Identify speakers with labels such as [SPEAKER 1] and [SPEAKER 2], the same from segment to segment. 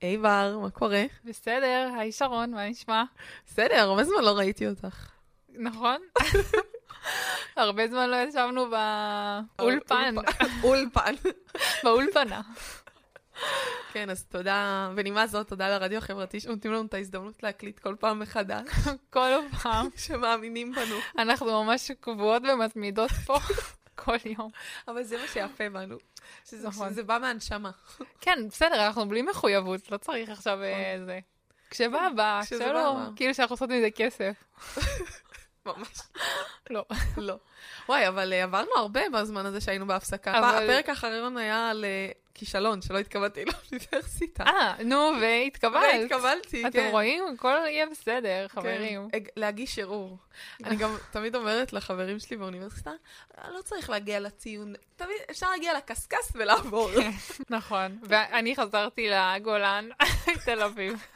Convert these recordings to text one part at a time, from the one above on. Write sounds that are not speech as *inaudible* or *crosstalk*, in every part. [SPEAKER 1] היי בר, מה קורה?
[SPEAKER 2] בסדר, היי שרון, מה נשמע?
[SPEAKER 1] בסדר, הרבה זמן לא ראיתי אותך.
[SPEAKER 2] נכון?
[SPEAKER 1] *laughs*
[SPEAKER 2] הרבה זמן לא ישבנו באולפן,
[SPEAKER 1] *laughs* אולפן.
[SPEAKER 2] *laughs* באולפנה.
[SPEAKER 1] כן, אז תודה, בנימה זאת, תודה לרדיו החברתי שנותנים לנו את ההזדמנות להקליט כל פעם מחדש,
[SPEAKER 2] *laughs* כל פעם.
[SPEAKER 1] שמאמינים בנו.
[SPEAKER 2] אנחנו ממש קבועות ומתמידות פה *laughs* כל יום.
[SPEAKER 1] אבל זה מה שיפה בנו, שזה
[SPEAKER 2] נכון.
[SPEAKER 1] שזה בא מהנשמה.
[SPEAKER 2] כן, בסדר, אנחנו בלי מחויבות, לא צריך עכשיו אה, זה. כשבא, בא,
[SPEAKER 1] נכון. כן, כשזה
[SPEAKER 2] כשלא,
[SPEAKER 1] בא, בא.
[SPEAKER 2] כאילו שאנחנו עושות מזה כסף.
[SPEAKER 1] ממש
[SPEAKER 2] לא.
[SPEAKER 1] *laughs* לא. וואי, אבל אה, עברנו הרבה בזמן הזה שהיינו בהפסקה.
[SPEAKER 2] אבל-
[SPEAKER 1] הפרק האחרון היה על אה, כישלון, שלא *laughs* התקבלתי לאוניברסיטה.
[SPEAKER 2] אה, נו, והתקבלת.
[SPEAKER 1] התקבלתי, כן.
[SPEAKER 2] אתם רואים? הכל יהיה בסדר, חברים.
[SPEAKER 1] כן, הג- להגיש ערעור. אני
[SPEAKER 2] *laughs*
[SPEAKER 1] גם תמיד אומרת לחברים שלי באוניברסיטה, לא צריך להגיע לציון, תמיד אפשר להגיע לקשקש ולעבור.
[SPEAKER 2] נכון, ואני חזרתי לגולן, *laughs* תל אביב.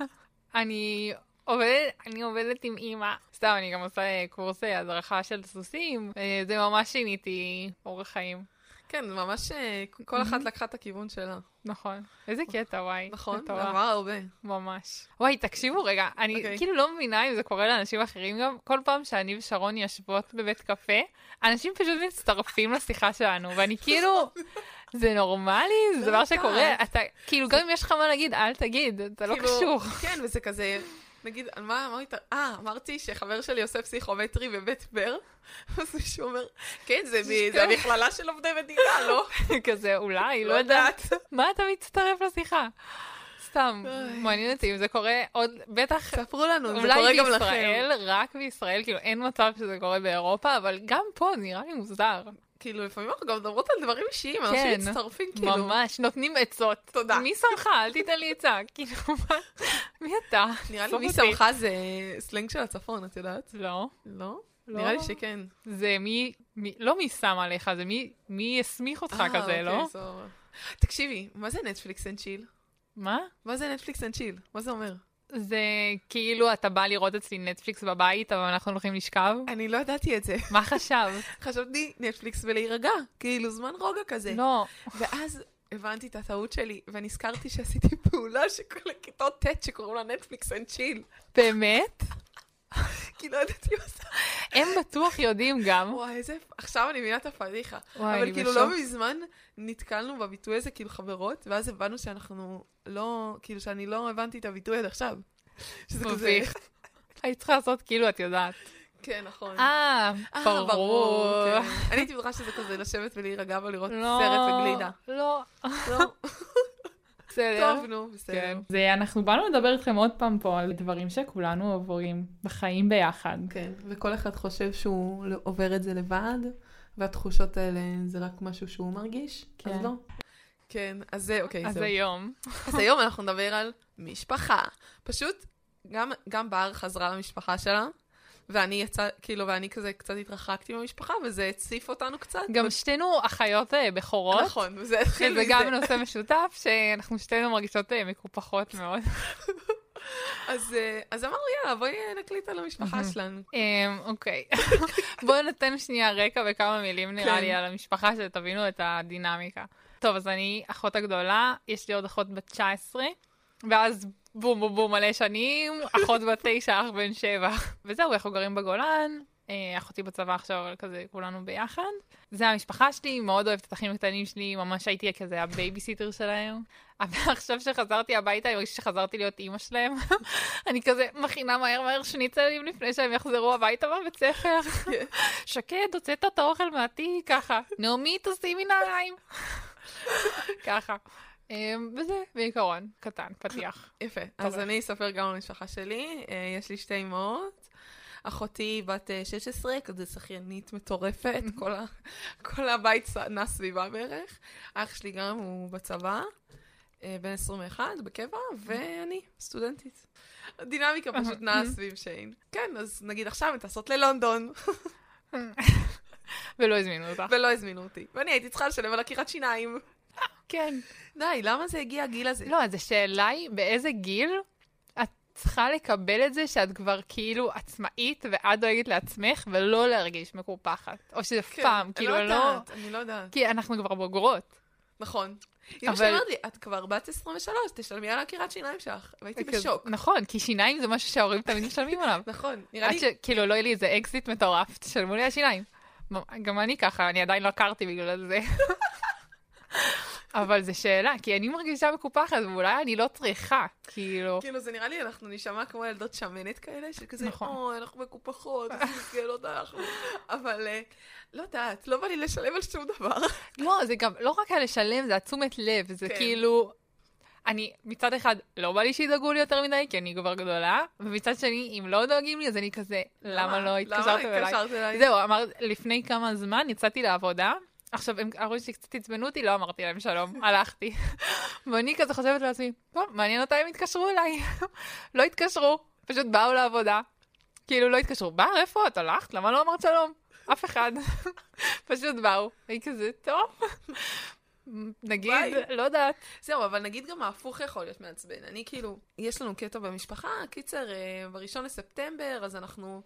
[SPEAKER 2] אני עובדת, אני עובדת עם אימא. סתם, אני גם עושה אה, קורס אה, הדרכה של סוסים. אה, זה ממש שיניתי אורח חיים.
[SPEAKER 1] כן, זה ממש, אה, כל
[SPEAKER 2] Mm-hmm.
[SPEAKER 1] אחת לקחה את הכיוון שלה. נכון,
[SPEAKER 2] איזה קטע, וואי.
[SPEAKER 1] נכון?
[SPEAKER 2] מטורף.
[SPEAKER 1] עברה הרבה.
[SPEAKER 2] ממש. וואי, תקשיבו רגע, אני
[SPEAKER 1] אוקיי.
[SPEAKER 2] כאילו לא מבינה אם זה קורה לאנשים אחרים גם. כל פעם שאני ושרון יושבות בבית קפה, אנשים פשוט מצטרפים לשיחה שלנו,
[SPEAKER 1] *laughs*
[SPEAKER 2] ואני כאילו,
[SPEAKER 1] נכון.
[SPEAKER 2] זה נורמלי? זה דבר
[SPEAKER 1] יודעת.
[SPEAKER 2] שקורה? אתה, כאילו, גם אם יש לך מה להגיד, אל תגיד, אתה לא
[SPEAKER 1] כאילו,
[SPEAKER 2] קשור.
[SPEAKER 1] כן, וזה כזה, נגיד, על מה אמרת? אה, אמרתי שחבר שלי עושה פסיכומטרי בבית בר, *laughs* אז מישהו אומר, כן, זה מ- זה המכללה של עובדי מדינה,
[SPEAKER 2] *laughs*
[SPEAKER 1] לא?
[SPEAKER 2] כזה, אולי, לא יודעת. מה אתה מצטרף לשיחה? סתם,
[SPEAKER 1] אוי.
[SPEAKER 2] מעניין אותי אם זה קורה עוד, בטח,
[SPEAKER 1] ספרו לנו, זה קורה
[SPEAKER 2] אולי
[SPEAKER 1] גם לכם.
[SPEAKER 2] בישראל, רק בישראל, כאילו אין מצב שזה קורה באירופה, אבל גם פה זה נראה לי מוזר.
[SPEAKER 1] כאילו, לפעמים אנחנו גם מדברות על דברים אישיים, אנשים
[SPEAKER 2] כן.
[SPEAKER 1] מצטרפים, כאילו.
[SPEAKER 2] ממש, נותנים עצות.
[SPEAKER 1] תודה.
[SPEAKER 2] מי שמך? אל תיתן לי עצה. *laughs* כאילו, מה? מי אתה?
[SPEAKER 1] נראה לי
[SPEAKER 2] סוף
[SPEAKER 1] מי
[SPEAKER 2] אותי.
[SPEAKER 1] שמך זה סלנג של הצפון, את יודעת?
[SPEAKER 2] לא.
[SPEAKER 1] לא? אה,
[SPEAKER 2] לא.
[SPEAKER 1] נראה לי שכן.
[SPEAKER 2] זה מי, מי- לא מי שם עליך, זה מי- מי הסמיך אותך
[SPEAKER 1] אה,
[SPEAKER 2] כזה,
[SPEAKER 1] אוקיי,
[SPEAKER 2] לא?
[SPEAKER 1] סבבה. תקשיבי, מה זה נטפליקס אנד צ'יל?
[SPEAKER 2] מה?
[SPEAKER 1] מה זה נטפליקס אנד צ'יל? מה זה אומר?
[SPEAKER 2] זה כאילו אתה בא לראות אצלי נטפליקס בבית, אבל אנחנו הולכים לשכב?
[SPEAKER 1] אני לא ידעתי את זה. *laughs*
[SPEAKER 2] מה חשבת?
[SPEAKER 1] חשבתי נטפליקס ולהירגע, כאילו זמן רוגע כזה.
[SPEAKER 2] לא.
[SPEAKER 1] ואז הבנתי את הטעות שלי, ונזכרתי שעשיתי *laughs* פעולה שכל הכיתות ט' שקוראים לה נטפליקס אנד צ'יל.
[SPEAKER 2] באמת?
[SPEAKER 1] כי לא ידעתי מה זה.
[SPEAKER 2] הם בטוח יודעים גם.
[SPEAKER 1] וואי, איזה... עכשיו אני מבינה את הפדיחה.
[SPEAKER 2] וואי,
[SPEAKER 1] אבל
[SPEAKER 2] אני
[SPEAKER 1] כאילו
[SPEAKER 2] בשוק.
[SPEAKER 1] לא מזמן נתקלנו בביטוי הזה, כאילו חברות, ואז הבנו שאנחנו לא, כאילו שאני לא הבנתי את הביטוי עד עכשיו. שזה כזה...
[SPEAKER 2] מביך. היית צריכה לעשות כאילו את יודעת.
[SPEAKER 1] כן, נכון.
[SPEAKER 2] אה,
[SPEAKER 1] אה,
[SPEAKER 2] ברור.
[SPEAKER 1] כן. אני הייתי בטוחה שזה כזה לשבת ולהירגע ולראות
[SPEAKER 2] לא,
[SPEAKER 1] סרט וגלידה.
[SPEAKER 2] לא.
[SPEAKER 1] לא,
[SPEAKER 2] בסדר.
[SPEAKER 1] טוב, נו,
[SPEAKER 2] כן.
[SPEAKER 1] בסדר.
[SPEAKER 2] זה, אנחנו באנו לדבר איתכם עוד פעם פה על דברים שכולנו עוברים בחיים ביחד.
[SPEAKER 1] כן, וכל אחד חושב שהוא עובר את זה לבד, והתחושות האלה זה רק משהו שהוא מרגיש,
[SPEAKER 2] כן.
[SPEAKER 1] אז לא. כן, אז זה, אוקיי,
[SPEAKER 2] אז
[SPEAKER 1] זהו.
[SPEAKER 2] היום.
[SPEAKER 1] אז היום אנחנו נדבר על משפחה. פשוט, גם, גם בר חזרה למשפחה שלה, ואני יצא, כאילו, ואני כזה קצת התרחקתי מהמשפחה, וזה הציף אותנו קצת.
[SPEAKER 2] גם שתינו אחיות אה, בכורות.
[SPEAKER 1] נכון, וזה התחיל
[SPEAKER 2] שזה
[SPEAKER 1] מזה.
[SPEAKER 2] גם נושא משותף, שאנחנו שתינו מרגישות אה, מקופחות מאוד.
[SPEAKER 1] אז, אה, אז אמרנו, יאללה, בואי אה, נקליט על המשפחה שלנו.
[SPEAKER 2] אמ, אוקיי. *laughs* בואו נתן שנייה רקע וכמה מילים נראה
[SPEAKER 1] כן.
[SPEAKER 2] לי על המשפחה, שתבינו את הדינמיקה. טוב, אז אני אחות הגדולה, יש לי עוד אחות בת 19, ואז בום בום בום מלא שנים, אחות בת 9, אח בן 7. *laughs* וזהו, אנחנו גרים בגולן, אה, אחותי בצבא עכשיו, אבל כזה כולנו ביחד. זה המשפחה שלי, מאוד אוהבת את האחים הקטנים שלי, ממש הייתי כזה הבייביסיטר שלהם. *laughs* אבל עכשיו שחזרתי הביתה, אני מרגישה שחזרתי להיות אימא שלהם. אני כזה מכינה מהר מהר שניצלים לפני שהם יחזרו הביתה בבית ספר. שקד, הוצאת את האוכל מהתיק, ככה. נעמי, תשימי נעליים. ככה. אמ, וזה, בעיקרון, קטן, פתיח.
[SPEAKER 1] יפה. אז
[SPEAKER 2] תודה.
[SPEAKER 1] אני אספר גם על המשפחה שלי. אה, יש לי שתי אמהות. אחותי בת אה, 16, כזה שחיינית מטורפת, כל ה- כל הבית ס- נע סביבה בערך. אח שלי גם הוא בצבא, אה, בן 21, בקבע, ואני סטודנטית. הדינמיקה פשוט נעה סביב שיין. כן, אז נגיד עכשיו הן טסות ללונדון,
[SPEAKER 2] ולא הזמינו אותך.
[SPEAKER 1] ולא הזמינו אותי. ואני הייתי צריכה לשלם על עקירת שיניים.
[SPEAKER 2] כן.
[SPEAKER 1] די, למה זה הגיע הגיל הזה?
[SPEAKER 2] לא, אז השאלה היא, באיזה גיל את צריכה לקבל את זה שאת כבר כאילו עצמאית ואת דואגת לעצמך, ולא להרגיש מקופחת? או שזה
[SPEAKER 1] כן,
[SPEAKER 2] פעם, כאילו,
[SPEAKER 1] אני
[SPEAKER 2] לא...
[SPEAKER 1] יודעת, אני לא יודעת.
[SPEAKER 2] כי אנחנו כבר בוגרות.
[SPEAKER 1] נכון. אמא שלי
[SPEAKER 2] אבל-
[SPEAKER 1] אמרת לי, את כבר בת 23, תשלמי על עקירת שיניים שלך. והייתי
[SPEAKER 2] וכזה-
[SPEAKER 1] בשוק.
[SPEAKER 2] נכון, כי שיניים זה משהו שההורים תמיד משלמים עליו.
[SPEAKER 1] נכון, נראה
[SPEAKER 2] עד
[SPEAKER 1] לי...
[SPEAKER 2] שכאילו לא יהיה לי איזה אקזיט מטורף, תשלמו לי על שיניים. מ- גם אני ככה, אני עדיין לא עקרתי בגלל זה. אבל זו שאלה, כי אני מרגישה מקופחת, ואולי אני לא צריכה, כאילו.
[SPEAKER 1] כאילו, זה נראה לי, אנחנו נשמע כמו ילדות שמנת כאלה, שכזה,
[SPEAKER 2] נכון.
[SPEAKER 1] אוי, אנחנו מקופחות, איזה מסגלות אנחנו. אבל אה, לא יודעת, לא בא לי לשלם על שום דבר.
[SPEAKER 2] לא, זה גם, לא רק הלשלם, זה התשומת לב, זה
[SPEAKER 1] כן.
[SPEAKER 2] כאילו... אני מצד אחד, לא בא לי שידאגו לי יותר מדי, כי אני כבר גדולה, ומצד שני, אם לא דואגים לי, אז אני כזה, למה לא התקשרתם
[SPEAKER 1] למה
[SPEAKER 2] אליי?
[SPEAKER 1] התקשרת אליי?
[SPEAKER 2] זהו, אמר, לפני כמה זמן יצאתי לעבודה, עכשיו הם אמרו שקצת עצבנו אותי, לא אמרתי להם שלום, *laughs* הלכתי. ואני כזה חושבת לעצמי, טוב, מעניין אותה אם יתקשרו אליי. *laughs* לא התקשרו, פשוט באו לעבודה. כאילו, לא התקשרו, בר, איפה את? הלכת? למה לא אמרת שלום? אף אחד. *laughs* פשוט באו. היא כזה, טוב. *laughs* נגיד,
[SPEAKER 1] ביי.
[SPEAKER 2] לא יודעת.
[SPEAKER 1] זהו, אבל נגיד גם ההפוך יכול להיות מעצבן. אני כאילו, יש לנו קטע במשפחה, קיצר, אה, בראשון לספטמבר, אז אנחנו...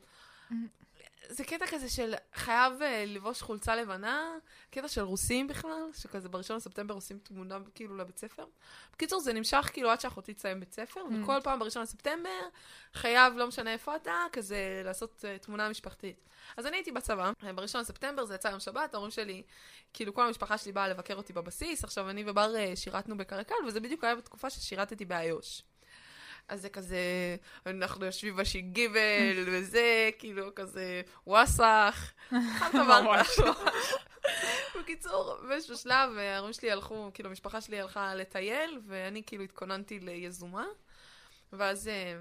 [SPEAKER 1] זה קטע כזה של חייב אה, לבוש חולצה לבנה, קטע של רוסים בכלל, שכזה בראשון לספטמבר עושים תמונה כאילו לבית ספר. בקיצור, זה נמשך כאילו עד שאחותי תסיים בית ספר, וכל פעם בראשון לספטמבר חייב, לא משנה איפה אתה, כזה לעשות אה, תמונה משפחתית. אז אני הייתי בצבא, אה, בראשון לספטמבר, זה יצא יום שבת, ההורים שלי כאילו כל המשפחה שלי באה לבקר אותי בבסיס, עכשיו אני ובר אה, שירתנו בקרקל, וזה בדיוק היה בתקופה ששירתתי באיו"ש. אז זה כזה, אנחנו יושבים בשיגיבל, וזה, כאילו, כזה, וואסאך, אכל דבר
[SPEAKER 2] ממש
[SPEAKER 1] כזה. *laughs* בקיצור, באיזשהו שלב, אה, ההורים שלי הלכו, כאילו, המשפחה שלי הלכה לטייל, ואני כאילו התכוננתי ליזומה, ואז אה,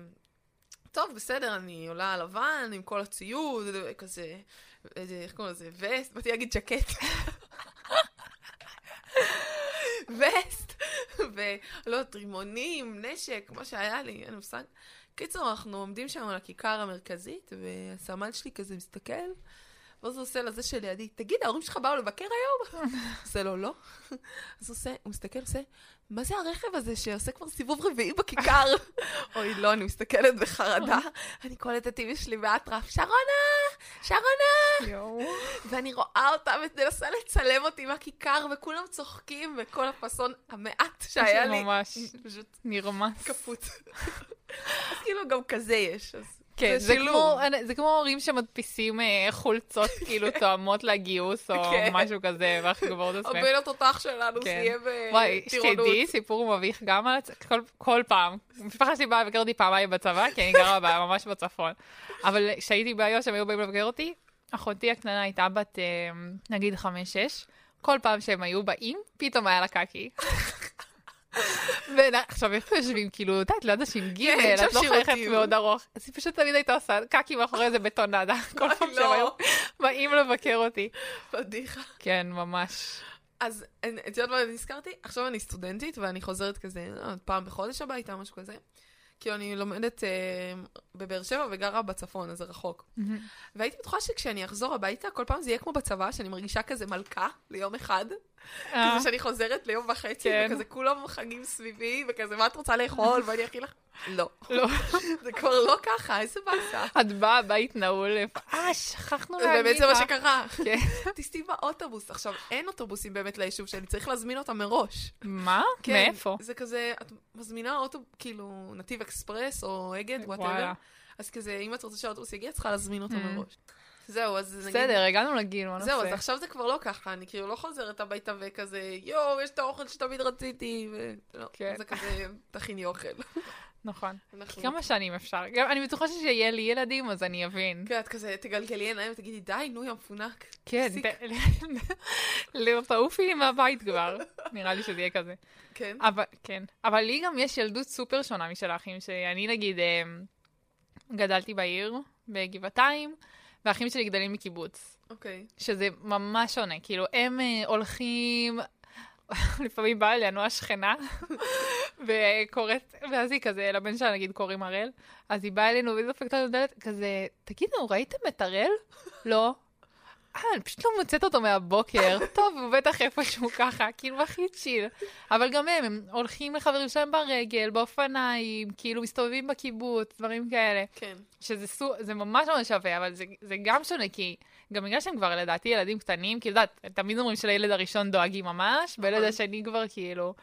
[SPEAKER 1] טוב, בסדר, אני עולה על לבן עם כל הציוד, כזה, איזה- איך קוראים לזה? וסט? באתי להגיד ז'קט. וסט, ולא יודעת, לא, רימונים, נשק, מה שהיה לי, אין לי מושג. קיצור, אנחנו עומדים שם על הכיכר המרכזית, והסמל שלי כזה מסתכל, ואז הוא עושה לזה שלידי, תגיד, ההורים שלך באו לבקר היום? עושה לו, לא. אז הוא עושה, הוא מסתכל, עושה, מה זה הרכב הזה שעושה כבר סיבוב רביעי בכיכר? אוי, לא, אני מסתכלת בחרדה. אני קולטת את אמא שלי באטרף, שרונה! שרונה! ואני רואה אותה ומנסה לצלם אותי מהכיכר, וכולם צוחקים, וכל הפאסון המעט שהיה לי,
[SPEAKER 2] ממש
[SPEAKER 1] פשוט
[SPEAKER 2] נרמס.
[SPEAKER 1] קפוץ. *laughs* אז כאילו, גם כזה יש. אז
[SPEAKER 2] כן,
[SPEAKER 1] זה
[SPEAKER 2] זה
[SPEAKER 1] שילוב.
[SPEAKER 2] כמו, זה כמו הורים שמדפיסים אה, חולצות
[SPEAKER 1] *laughs*
[SPEAKER 2] כאילו תואמות לגיוס או
[SPEAKER 1] כן.
[SPEAKER 2] משהו כזה, ואנחנו כבר עוד עצמם.
[SPEAKER 1] הבן התותח שלנו
[SPEAKER 2] אוקיי. כן.
[SPEAKER 1] סיים
[SPEAKER 2] וואי,
[SPEAKER 1] אה, טירונות.
[SPEAKER 2] שתדעי, סיפור מביך גם על... הצ- כל, כל פעם. המשפחה שלי באה לבקר אותי פעמיים בצבא, כי אני גרה בה, ממש בצפון. אבל כשהייתי באיו"ש, הם היו באים לבקר אותי. אחותי הקטנה הייתה בת, אה, נגיד, חמש-שש. כל פעם שהם היו באים, פתאום היה לה קקי. ועכשיו איפה יושבים? כאילו, את יודעת, ליד הש"ג,
[SPEAKER 1] כן,
[SPEAKER 2] את לא
[SPEAKER 1] שם
[SPEAKER 2] חייכת
[SPEAKER 1] שירותים.
[SPEAKER 2] מאוד ארוך. אז היא פשוט תמיד הייתה עושה קקי מאחורי איזה בטונדה. כל
[SPEAKER 1] אוי,
[SPEAKER 2] פעם שהם
[SPEAKER 1] לא.
[SPEAKER 2] היו באים לבקר אותי.
[SPEAKER 1] פדיחה.
[SPEAKER 2] כן, ממש.
[SPEAKER 1] אז אני- את יודעת מה נזכרתי? עכשיו אני סטודנטית ואני חוזרת כזה לא יודעת, פעם בחודש הביתה, משהו כזה. כי אני לומדת אה, בבאר שבע וגרה בצפון, אז זה רחוק. והייתי בטוחה שכשאני אחזור הביתה, כל פעם זה יהיה כמו בצבא, שאני מרגישה כזה מלכה ליום אחד.
[SPEAKER 2] אה,
[SPEAKER 1] כזה כאילו שאני חוזרת ליום וחצי,
[SPEAKER 2] כן.
[SPEAKER 1] וכזה כולם חגים סביבי, וכזה, מה את רוצה לאכול? ואני אכיל לך... לא.
[SPEAKER 2] לא.
[SPEAKER 1] *laughs* זה כבר לא ככה, איזה באסה.
[SPEAKER 2] את באה, הבית נעול. אה, שכחנו
[SPEAKER 1] זה
[SPEAKER 2] להגיד
[SPEAKER 1] באמת זה מה
[SPEAKER 2] לך.
[SPEAKER 1] שקרה.
[SPEAKER 2] כן.
[SPEAKER 1] *laughs* תסתי באוטובוס. עכשיו, אין אוטובוסים באמת ליישוב שלי, צריך להזמין אותם מראש.
[SPEAKER 2] מה?
[SPEAKER 1] כן,
[SPEAKER 2] מאיפה?
[SPEAKER 1] זה כזה, את מזמינה אוטו, כאילו, נתיב אקספרס או אגד, וואטאבר.
[SPEAKER 2] וואלה.
[SPEAKER 1] אז כזה, אם את רוצה שהאוטובוס יגיע, את צריכה להזמין אותו
[SPEAKER 2] Mm.
[SPEAKER 1] מראש. זהו, אז נגיד...
[SPEAKER 2] בסדר, הגענו לגיל, מה
[SPEAKER 1] כאילו- זהו, אז
[SPEAKER 2] נעשה?
[SPEAKER 1] עכשיו זה כבר לא ככה, אני כאילו לא חוזרת הביתה וכזה, יואו, יש את האוכל שתמיד רציתי, ולא,
[SPEAKER 2] כן.
[SPEAKER 1] זה כזה, תכיני אוכל.
[SPEAKER 2] נכון.
[SPEAKER 1] אנחנו-
[SPEAKER 2] כי כמה שנים אפשר. גם אני בטוחה שיהיה לי ילדים, אז אני אבין.
[SPEAKER 1] כן, את כזה, תגלגלי עיניים ותגידי, די, נו, יא מפונק.
[SPEAKER 2] כן,
[SPEAKER 1] תפסיק."
[SPEAKER 2] ת- לא, תעופי לי מהבית כבר. *laughs* נראה לי שזה יהיה כזה.
[SPEAKER 1] כן.
[SPEAKER 2] אבל, כן. אבל לי גם יש ילדות סופר שונה משל האחים שלי. אני נגיד אמ, גדלתי בעיר, בגבעתיים, והאחים שלי גדלים מקיבוץ.
[SPEAKER 1] אוקיי.
[SPEAKER 2] שזה ממש שונה, כאילו, הם אה, הולכים... *laughs* לפעמים באה אלינו השכנה, *laughs* וקוראת, ואז היא כזה, לבן שלה נגיד קוראים הראל, אז היא באה אלינו והיא דופקת לנו דלת, כזה, תגידו, ראיתם את הראל? *laughs* לא. אה, אני פשוט לא מוצאת אותו מהבוקר. *laughs* טוב, הוא בטח איפשהו ככה, כאילו הכי צ'יל. אבל גם הם, הם הולכים לחברים שלהם ברגל, באופניים, כאילו מסתובבים בקיבוץ, דברים כאלה.
[SPEAKER 1] כן.
[SPEAKER 2] שזה סו... זה ממש ממש שווה, אבל זה, זה גם שונה, כי גם בגלל שהם כבר לדעתי ילדים קטנים, כאילו, את יודעת, תמיד אומרים שלילד הראשון דואגים ממש, בילד
[SPEAKER 1] נכון.
[SPEAKER 2] השני כבר כאילו,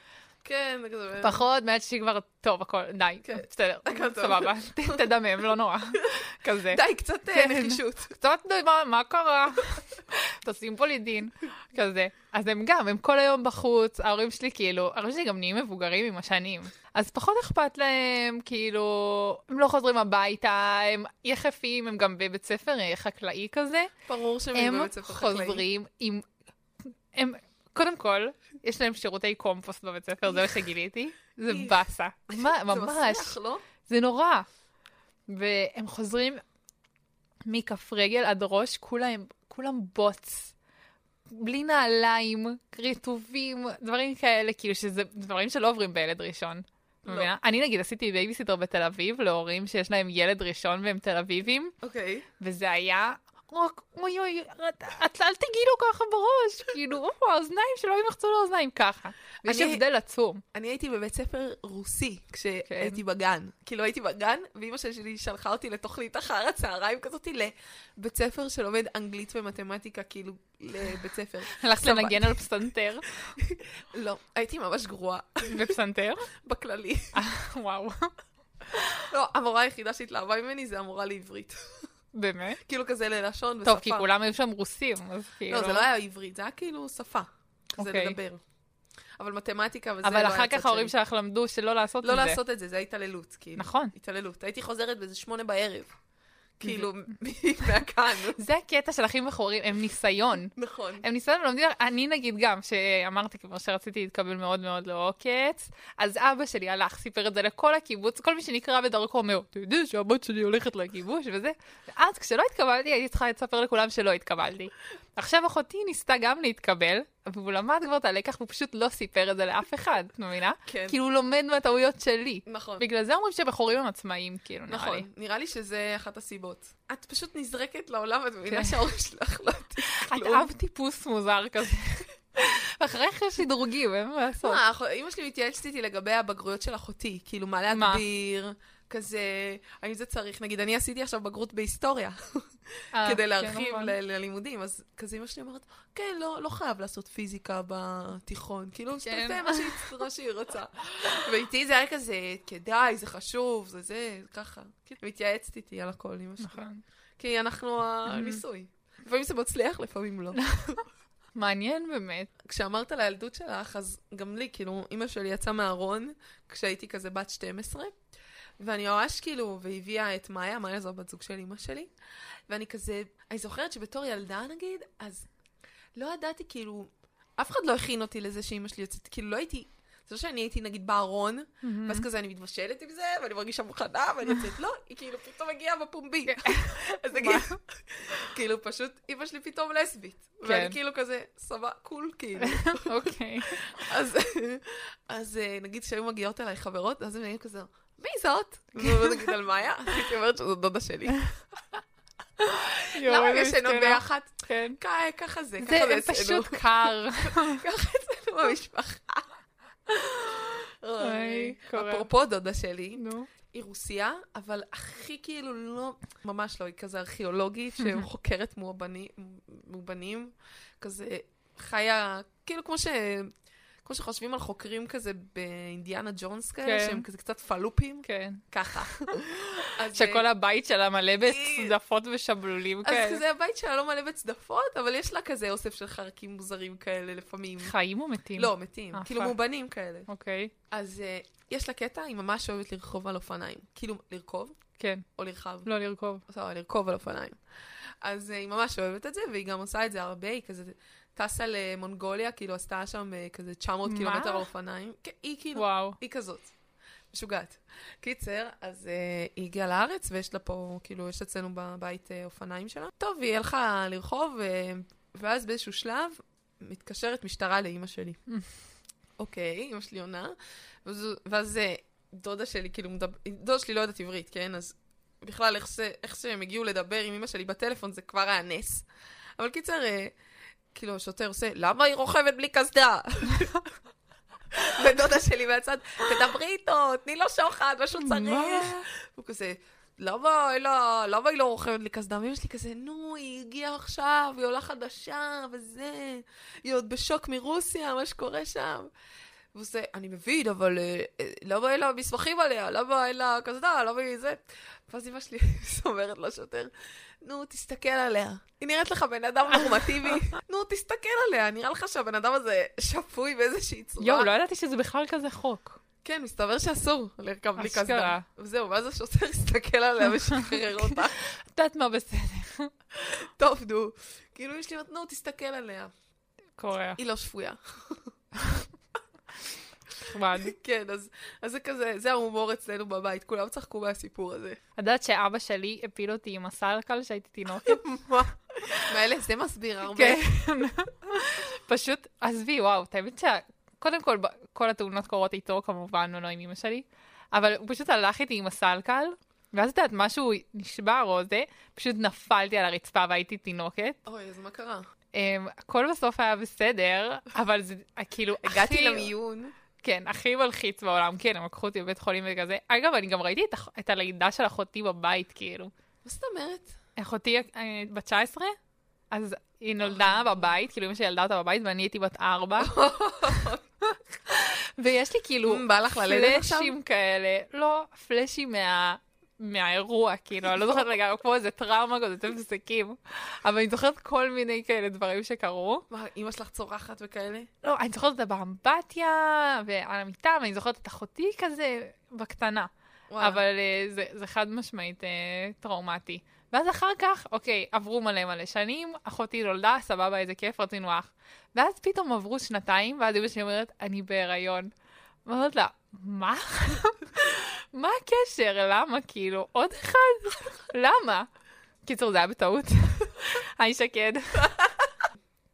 [SPEAKER 1] כן, זה כזה...
[SPEAKER 2] פחות, בילד שני כבר, טוב, הכל, די,
[SPEAKER 1] כן.
[SPEAKER 2] בסדר,
[SPEAKER 1] הכל טוב." *laughs*
[SPEAKER 2] סבבה, ת- תדמם, לא נורא, כזה.
[SPEAKER 1] די, קצת אה,
[SPEAKER 2] כן. *laughs*
[SPEAKER 1] נחישות.
[SPEAKER 2] קצת, לא מה- מה קרה? תשים פה לי דין, כזה. אז הם גם, הם כל היום בחוץ, ההורים שלי כאילו, ההורים שלי גם נהיים מבוגרים עם השנים. אז פחות אכפת להם, כאילו, הם לא חוזרים הביתה, הם יחפים, הם גם בבית ספר אה, חקלאי כזה.
[SPEAKER 1] ברור שהם
[SPEAKER 2] הם
[SPEAKER 1] יהיו בבית ספר חקלאי.
[SPEAKER 2] חוזרים עם... הם, קודם כל, יש להם שירותי קומפוסט בבית ספר, זה מה שגיליתי. זה
[SPEAKER 1] איך.
[SPEAKER 2] באסה. מה,
[SPEAKER 1] זה
[SPEAKER 2] ממש.
[SPEAKER 1] מסריח, לא?
[SPEAKER 2] זה נורא. והם חוזרים מכף רגל עד ראש, כולם, כולם בוץ. בלי נעליים, רטובים, דברים כאלה, כאילו שזה דברים שלא עוברים בילד ראשון.
[SPEAKER 1] לא.
[SPEAKER 2] מבינה? אני נגיד עשיתי בייביסיטר בתל אביב להורים שיש להם ילד ראשון והם תל אביבים,
[SPEAKER 1] אוקיי.
[SPEAKER 2] וזה היה רק אוי אוי, את, את אל תגיעי לו ככה בראש, כאילו, אוף, האוזניים שלו אם יחצו לו אוזניים ככה. ויש
[SPEAKER 1] אני-
[SPEAKER 2] הבדל עצום.
[SPEAKER 1] אני הייתי בבית ספר רוסי
[SPEAKER 2] כן.
[SPEAKER 1] כשהייתי בגן. כאילו הייתי בגן, ואימא שלי שלחה אותי לתוכנית אחר הצהריים כזאתי לבית ספר שלומד אנגלית ומתמטיקה, כאילו לבית
[SPEAKER 2] *laughs*
[SPEAKER 1] ספר.
[SPEAKER 2] הלכת
[SPEAKER 1] סבבה.
[SPEAKER 2] לנגן על פסנתר,
[SPEAKER 1] לא, הייתי ממש גרועה *laughs*
[SPEAKER 2] בפסנתר,
[SPEAKER 1] בכללי.
[SPEAKER 2] וואו.
[SPEAKER 1] לא, המורה היחידה שהתלהבה ממני זה המורה לעברית.
[SPEAKER 2] באמת?
[SPEAKER 1] כאילו כזה ללשון ושפה.
[SPEAKER 2] טוב, כי כולם היו שם רוסים, אז כאילו...
[SPEAKER 1] לא, זה לא היה עברית, זה היה כאילו שפה. כזה
[SPEAKER 2] אוקיי.
[SPEAKER 1] לדבר. אבל מתמטיקה וזה לא
[SPEAKER 2] אבל
[SPEAKER 1] היה
[SPEAKER 2] אחר
[SPEAKER 1] הצד
[SPEAKER 2] כך ההורים
[SPEAKER 1] שלי.
[SPEAKER 2] שלך למדו שלא לעשות את זה.
[SPEAKER 1] לא לעשות את זה, זה היה התעללות, כאילו.
[SPEAKER 2] נכון.
[SPEAKER 1] התעללות. הייתי חוזרת באיזה שמונה בערב. כאילו, *laughs* מהכאן.
[SPEAKER 2] זה הקטע של אחים וחורים, הם ניסיון.
[SPEAKER 1] נכון.
[SPEAKER 2] הם ניסיון ולומדים, אני נגיד גם, שאמרתי כבר שרציתי להתקבל מאוד מאוד לעוקץ, אז אבא שלי הלך, סיפר את זה לכל הקיבוץ, כל מי שנקרא בדרכו אומר, אתה יודע שהבת שלי הולכת לגיבוש וזה, ואז כשלא התקבלתי הייתי צריכה לספר לכולם שלא התקבלתי. עכשיו אחותי ניסתה גם להתקבל, והוא למד כבר את הלקח, והוא פשוט לא סיפר את זה לאף אחד, את מבינה?
[SPEAKER 1] כן.
[SPEAKER 2] כאילו הוא לומד מהטעויות שלי.
[SPEAKER 1] נכון.
[SPEAKER 2] בגלל זה אומרים שבחורים הם עצמאים, כאילו, נראה
[SPEAKER 1] *laughs*
[SPEAKER 2] לי.
[SPEAKER 1] נכון, נראה לי שזה אחת הסיבות. את פשוט נזרקת לעולם, ואת מבינה
[SPEAKER 2] כן.
[SPEAKER 1] שההורים שלך *laughs* לא יודעים
[SPEAKER 2] את
[SPEAKER 1] כלום.
[SPEAKER 2] אב טיפוס מוזר כזה. *laughs* אחריך יש לי דרוגים, אין מה לעשות.
[SPEAKER 1] מה, אח- אמא שלי מתייעצת איתי לגבי הבגרויות של אחותי, כאילו, מה להגדיר, כזה, האם זה צריך, נגיד, אני עשיתי עכשיו בגרות בהיסטוריה,
[SPEAKER 2] אה,
[SPEAKER 1] כדי
[SPEAKER 2] כן,
[SPEAKER 1] להרחיב
[SPEAKER 2] נכון.
[SPEAKER 1] ל- ללימודים, אז כזה אמא שלי אומרת, כן, לא לא חייב לעשות פיזיקה בתיכון, כאילו,
[SPEAKER 2] כן.
[SPEAKER 1] שתעשה מה שהיא- מה שהיא רוצה. ואיתי זה היה כזה, כדאי, זה חשוב, זה זה, זה ככה. כאילו, מתייעצת איתי על הכל, אמא שלי.
[SPEAKER 2] נכון. Mm-hmm.
[SPEAKER 1] כי אנחנו הניסוי. לפעמים זה מצליח, לפעמים לא.
[SPEAKER 2] מעניין באמת.
[SPEAKER 1] כשאמרת על הילדות שלך, אז גם לי, כאילו, אימא שלי יצאה מהארון כשהייתי כזה בת 12, ואני ממש כאילו, והביאה את מאיה, מאיה זו הבת זוג של אימא שלי, ואני כזה, אני זוכרת שבתור ילדה נגיד, אז לא ידעתי, כאילו, אף אחד לא הכין אותי לזה שאימא שלי יוצאת, כאילו, לא הייתי, זה לא שאני הייתי נגיד בארון, ואז כזה אני מתבשלת עם זה, ואני מרגישה מוכנה, ואני יוצאת, לא, היא כאילו פתאום מגיעה בפומבי. *laughs* אז נגיד, כאילו, פשוט אימא שלי פתאום לסבית. ואני כאילו כזה, סבבה, קול, כאילו.
[SPEAKER 2] *laughs*
[SPEAKER 1] *laughs*
[SPEAKER 2] אוקיי.
[SPEAKER 1] אז, אז אה, נגיד שהיו מגיעות אליי חברות, אז הן היו כזה, מי זאת?
[SPEAKER 2] כן.
[SPEAKER 1] ונגיד על מאיה, אז הייתי אומרת שזו דודה
[SPEAKER 2] *laughs*
[SPEAKER 1] שלי. למה
[SPEAKER 2] יואו,
[SPEAKER 1] הם ישנו
[SPEAKER 2] מסכנה.
[SPEAKER 1] ביחד?
[SPEAKER 2] כן.
[SPEAKER 1] "כ- ככה זה,
[SPEAKER 2] זה
[SPEAKER 1] ככה זה אצלנו.
[SPEAKER 2] פשוט
[SPEAKER 1] *laughs*
[SPEAKER 2] קר.
[SPEAKER 1] ככה אצלנו במשפחה.
[SPEAKER 2] אוי, קורה.
[SPEAKER 1] אפרופו דודה שלי,
[SPEAKER 2] נו.
[SPEAKER 1] היא רוסייה, אבל הכי כאילו לא, ממש לא, היא כזה ארכיאולוגית
[SPEAKER 2] *laughs*
[SPEAKER 1] שחוקרת מאובני- מאובנים, כזה חיה, כאילו כמו ש... כמו שחושבים על חוקרים כזה באינדיאנה ג'ונס כאלה,
[SPEAKER 2] כן.
[SPEAKER 1] שהם כזה קצת פלופים,
[SPEAKER 2] כן. *laughs*
[SPEAKER 1] ככה. אז,
[SPEAKER 2] שכל הבית שלה מלא
[SPEAKER 1] היא-
[SPEAKER 2] בצדפות ושבלולים כן.
[SPEAKER 1] אז
[SPEAKER 2] כאלה.
[SPEAKER 1] כזה הבית שלה לא מלא בצדפות, אבל יש לה כזה אוסף של חרקים מוזרים כאלה לפעמים.
[SPEAKER 2] חיים או מתים?
[SPEAKER 1] לא, מתים.
[SPEAKER 2] אה,
[SPEAKER 1] כאילו
[SPEAKER 2] פאק.
[SPEAKER 1] מאובנים כאלה.
[SPEAKER 2] אוקיי.
[SPEAKER 1] אז אה, יש לה קטע, היא ממש אוהבת לרכוב על אופניים. כאילו, לרכוב
[SPEAKER 2] כן.
[SPEAKER 1] או לרכב.
[SPEAKER 2] לא לרכוב.
[SPEAKER 1] עושה לרכוב על אופניים. אז אה, היא ממש אוהבת את זה, והיא גם עושה את זה הרבה, היא כזה טסה למונגוליה, כאילו עשתה שם אה, כזה 900
[SPEAKER 2] מה?
[SPEAKER 1] קילומטר על אופניים. כן, היא כאילו,
[SPEAKER 2] וואו.
[SPEAKER 1] היא כזאת. משוגעת. קיצר, אז אה, היא הגיעה לארץ, ויש לה פה, כאילו, יש אצלנו בבית אה, אופניים שלה. טוב, היא הלכה לרחוב, אה, ואז באיזשהו שלב מתקשרת משטרה לאימא שלי. אוקיי, אימא שלי עונה, ואז, ואז אה, דודה שלי, כאילו, מדבר, דודה שלי לא יודעת עברית, כן? אז בכלל, איך, זה, איך שהם הגיעו לדבר עם אימא שלי בטלפון, זה כבר היה נס. אבל קיצר, אה, כאילו, השוטר עושה, למה היא רוכבת בלי קסדה? ודודה שלי מהצד, תדברי איתו, תני לו שוחד, מה שהוא צריך. הוא כזה, למה, אין לה- למה היא לא רוכבת לי קסדה? ואמא שלי כזה, נו, היא הגיעה עכשיו, היא עולה חדשה, וזה, היא עוד בשוק מרוסיה, מה שקורה שם. והוא עושה, אני מבין, אבל אה, אה, למה אין לה מסמכים עליה? למה אין לה קסדה? למה היא זה? ואז אמא שלי *laughs* אומרת לשוטר, נו, תסתכל עליה. היא נראית לך בן אדם
[SPEAKER 2] *laughs*
[SPEAKER 1] נורמטיבי. נו, תסתכל עליה, נראה לך שהבן אדם הזה שפוי באיזושהי צורה.
[SPEAKER 2] יואו, לא ידעתי שזה בכלל כזה חוק.
[SPEAKER 1] כן, מסתבר שאסור לרכב בלי
[SPEAKER 2] אשכרה.
[SPEAKER 1] קסדה. וזהו, ואז השוטר *laughs* הסתכל עליה
[SPEAKER 2] *laughs*
[SPEAKER 1] ושחרר אותה.
[SPEAKER 2] את יודעת מה בסדר.
[SPEAKER 1] טוב, נו. כאילו, יש לי אומרת, נו, תסתכל עליה.
[SPEAKER 2] קורה,
[SPEAKER 1] היא לא שפויה.
[SPEAKER 2] נחמד.
[SPEAKER 1] כן, אז אז זה כזה, זה ההומור אצלנו בבית, כולם צחקו מהסיפור הזה.
[SPEAKER 2] את יודעת שאבא שלי הפיל אותי עם הסלקל שהייתי תינוקת?
[SPEAKER 1] מה? מילא, זה מסביר הרבה.
[SPEAKER 2] כן. *laughs* פשוט, עזבי, וואו, את האמת שה... קודם כל, ב- כל התאונות קורות איתו, כמובן, ולא עם אמא שלי, אבל הוא פשוט הלך איתי עם הסלקל, ואז את יודעת, משהו נשבר או זה, פשוט נפלתי על הרצפה והייתי תינוקת.
[SPEAKER 1] אוי, אז מה קרה?
[SPEAKER 2] אמ, הכל בסוף היה בסדר, אבל זה כאילו הכי...
[SPEAKER 1] הגעתי למיון.
[SPEAKER 2] כן, הכי מלחיץ בעולם, כן, הם לקחו אותי בבית חולים וכזה. אגב, אני גם ראיתי את, הח- את הלידה של אחותי בבית, כאילו.
[SPEAKER 1] מה זאת אומרת?
[SPEAKER 2] אחותי אה, בת 19, אז היא נולדה בבית, כאילו אמא שלי ילדה אותה בבית, ואני הייתי בת 4. *laughs* ויש לי כאילו
[SPEAKER 1] מ, לא, בא לך ללדת עכשיו?
[SPEAKER 2] פלאשים כאלה, לא, פלאשים מה... מהאירוע, כאילו, אני לא זוכרת לגמרי, כמו איזה טראומה כזאת, אתם מפסקים. אבל אני זוכרת כל מיני כאלה דברים שקרו.
[SPEAKER 1] מה, אימא שלך צורחת וכאלה?
[SPEAKER 2] לא, אני זוכרת אותה באמבטיה, ועל המיטה, ואני זוכרת את אחותי כזה, בקטנה.
[SPEAKER 1] וואלה.
[SPEAKER 2] אבל אה, זה, זה חד משמעית אה, טראומטי. ואז אחר כך, אוקיי, עברו מלא מלא שנים, אחותי נולדה, סבבה, איזה כיף, רצינו אח. ואז פתאום עברו שנתיים, ואז אמא שלי אומרת, אני בהיריון. ואומרת לה, מה? *laughs* מה הקשר? למה? כאילו, עוד אחד? למה? קיצור, זה היה בטעות. *laughs* היי שקד.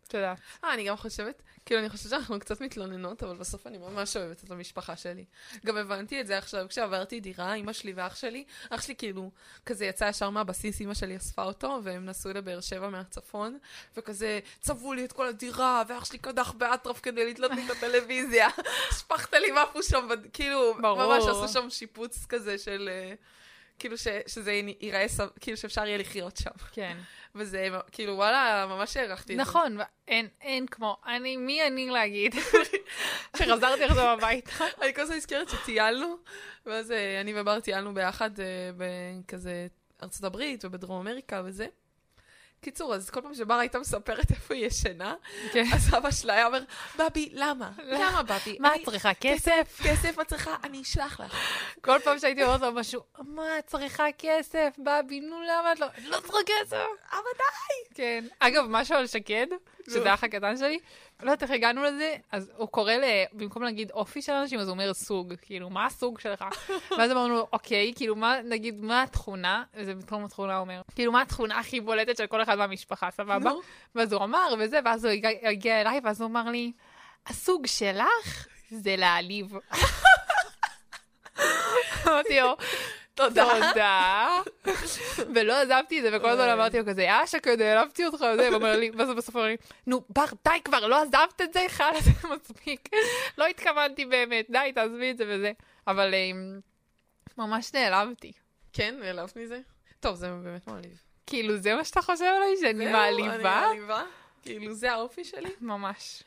[SPEAKER 2] תודה.
[SPEAKER 1] אה, אני גם חושבת, כאילו, אני חושבת שאנחנו קצת מתלוננות, אבל בסוף אני ממש אוהבת את המשפחה שלי. גם הבנתי את זה עכשיו, כשעברתי דירה, אימא שלי ואח שלי, אח שלי כאילו, כזה יצא ישר מהבסיס, אימא שלי אספה אותו, והם נסעו לבאר שבע מהצפון, וכזה, צבעו לי את כל הדירה, ואח שלי קדח באטרף כדי לתלות
[SPEAKER 2] *laughs*
[SPEAKER 1] לי את הטלוויזיה. השפכת לי משהו שם, בד- כאילו,
[SPEAKER 2] ברור.
[SPEAKER 1] ממש עשו שם שיפוץ כזה של... אה, כאילו ש, שזה ייראה, סב- כאילו שאפשר יהיה לחיות שם.
[SPEAKER 2] כן.
[SPEAKER 1] וזה, כאילו, וואלה, ממש הערכתי את זה.
[SPEAKER 2] נכון, ו- אין, אין כמו, אני, מי אני להגיד? שחזרתי עכשיו הביתה.
[SPEAKER 1] אני כל הזמן נזכרת שטיילנו, ואז אה, אני ובר טיילנו ביחד אה, בכזה ארצות הברית ובדרום אמריקה וזה. קיצור, אז כל פעם שבר הייתה מספרת איפה היא ישנה,
[SPEAKER 2] כן.
[SPEAKER 1] אז אבא שלה היה אומר, בבי, *laughs* למה? למה בבי?
[SPEAKER 2] מה
[SPEAKER 1] אני-
[SPEAKER 2] את צריכה, כסף?
[SPEAKER 1] כסף את צריכה, אני אשלח לך.
[SPEAKER 2] כל פעם שהייתי אומרת לו משהו, מה את צריכה כסף? בבי, נו למה את לא... "אני לא צריכה כסף!
[SPEAKER 1] אבל
[SPEAKER 2] כן. אגב, משהו על שקד,
[SPEAKER 1] נו.
[SPEAKER 2] שזה האח הקטן שלי, לא יודעת איך הגענו לזה, אז הוא קורא ל... במקום להגיד אופי של אנשים, אז הוא אומר סוג, כאילו, מה הסוג *laughs* שלך? ואז אמרנו לו, אוקיי, כאילו, מה, נגיד, מה התכונה? וזה בתחום התכונה הוא אומר. כאילו, מה התכונה הכי בולטת של כל אחד מהמשפחה, סבבה?
[SPEAKER 1] נו.
[SPEAKER 2] ואז הוא אמר, וזה, ואז הוא הגיע- הגיע אליי, ואז הוא אמר לי, הסוג שלך זה להעליב. אמרתי לו,
[SPEAKER 1] תודה.
[SPEAKER 2] תודה. ולא עזבתי את זה, וכל הזמן אמרתי לו כזה, אה, שקד, העלבתי אותך, וזה, ואומר לי, ואז בסוף הוא אומר לי, נו, בר, די כבר, לא עזבת את זה, חלאס, זה מספיק. לא התכוונתי באמת, די, תעזבי את זה וזה. אבל אה, ממש נעלבתי.
[SPEAKER 1] כן, נעלבת מזה? טוב, זה באמת מעליב.
[SPEAKER 2] כאילו, זה מה שאתה חושב עליי, שאני
[SPEAKER 1] זהו, אני
[SPEAKER 2] מעליבה?
[SPEAKER 1] מעליבה? כאילו, זה האופי שלי?
[SPEAKER 2] ממש.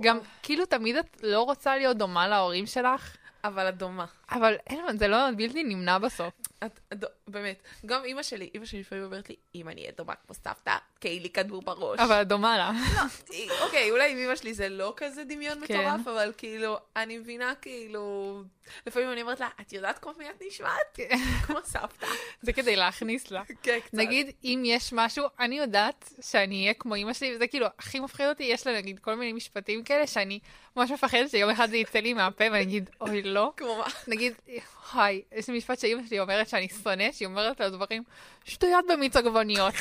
[SPEAKER 2] גם, כאילו, תמיד את לא רוצה להיות דומה להורים שלך,
[SPEAKER 1] אבל את דומה.
[SPEAKER 2] אבל אין, מה, זה לא בלתי נמנע בסוף.
[SPEAKER 1] את, את, באמת, גם אימא שלי, אימא שלי לפעמים אומרת לי, אם אני אהיה דומה כמו סבתא, כי לי כדור בראש.
[SPEAKER 2] אבל את דומה לה. *laughs*
[SPEAKER 1] אוקיי, אולי עם אמא שלי זה לא כזה דמיון
[SPEAKER 2] כן.
[SPEAKER 1] מטורף, אבל כאילו, אני מבינה כאילו... לפעמים אני אומרת לה, את יודעת כמו מי את נשמעת?
[SPEAKER 2] כן.
[SPEAKER 1] כמו סבתא.
[SPEAKER 2] זה כדי להכניס לה.
[SPEAKER 1] כן, קצת.
[SPEAKER 2] נגיד, אם יש משהו, אני יודעת שאני אהיה כמו אימא שלי, וזה כאילו הכי מפחיד אותי, יש לה נגיד כל מיני משפטים כאלה שאני ממש מפחדת שיום אחד זה יצא לי מהפה ואני אגיד, אוי, לא.
[SPEAKER 1] כמו מה?
[SPEAKER 2] נגיד, היי, יש לי משפט שאימא שלי אומרת שאני שונאת, שהיא אומרת לה דברים, שטויות
[SPEAKER 1] *laughs*
[SPEAKER 2] במיץ עגבניות.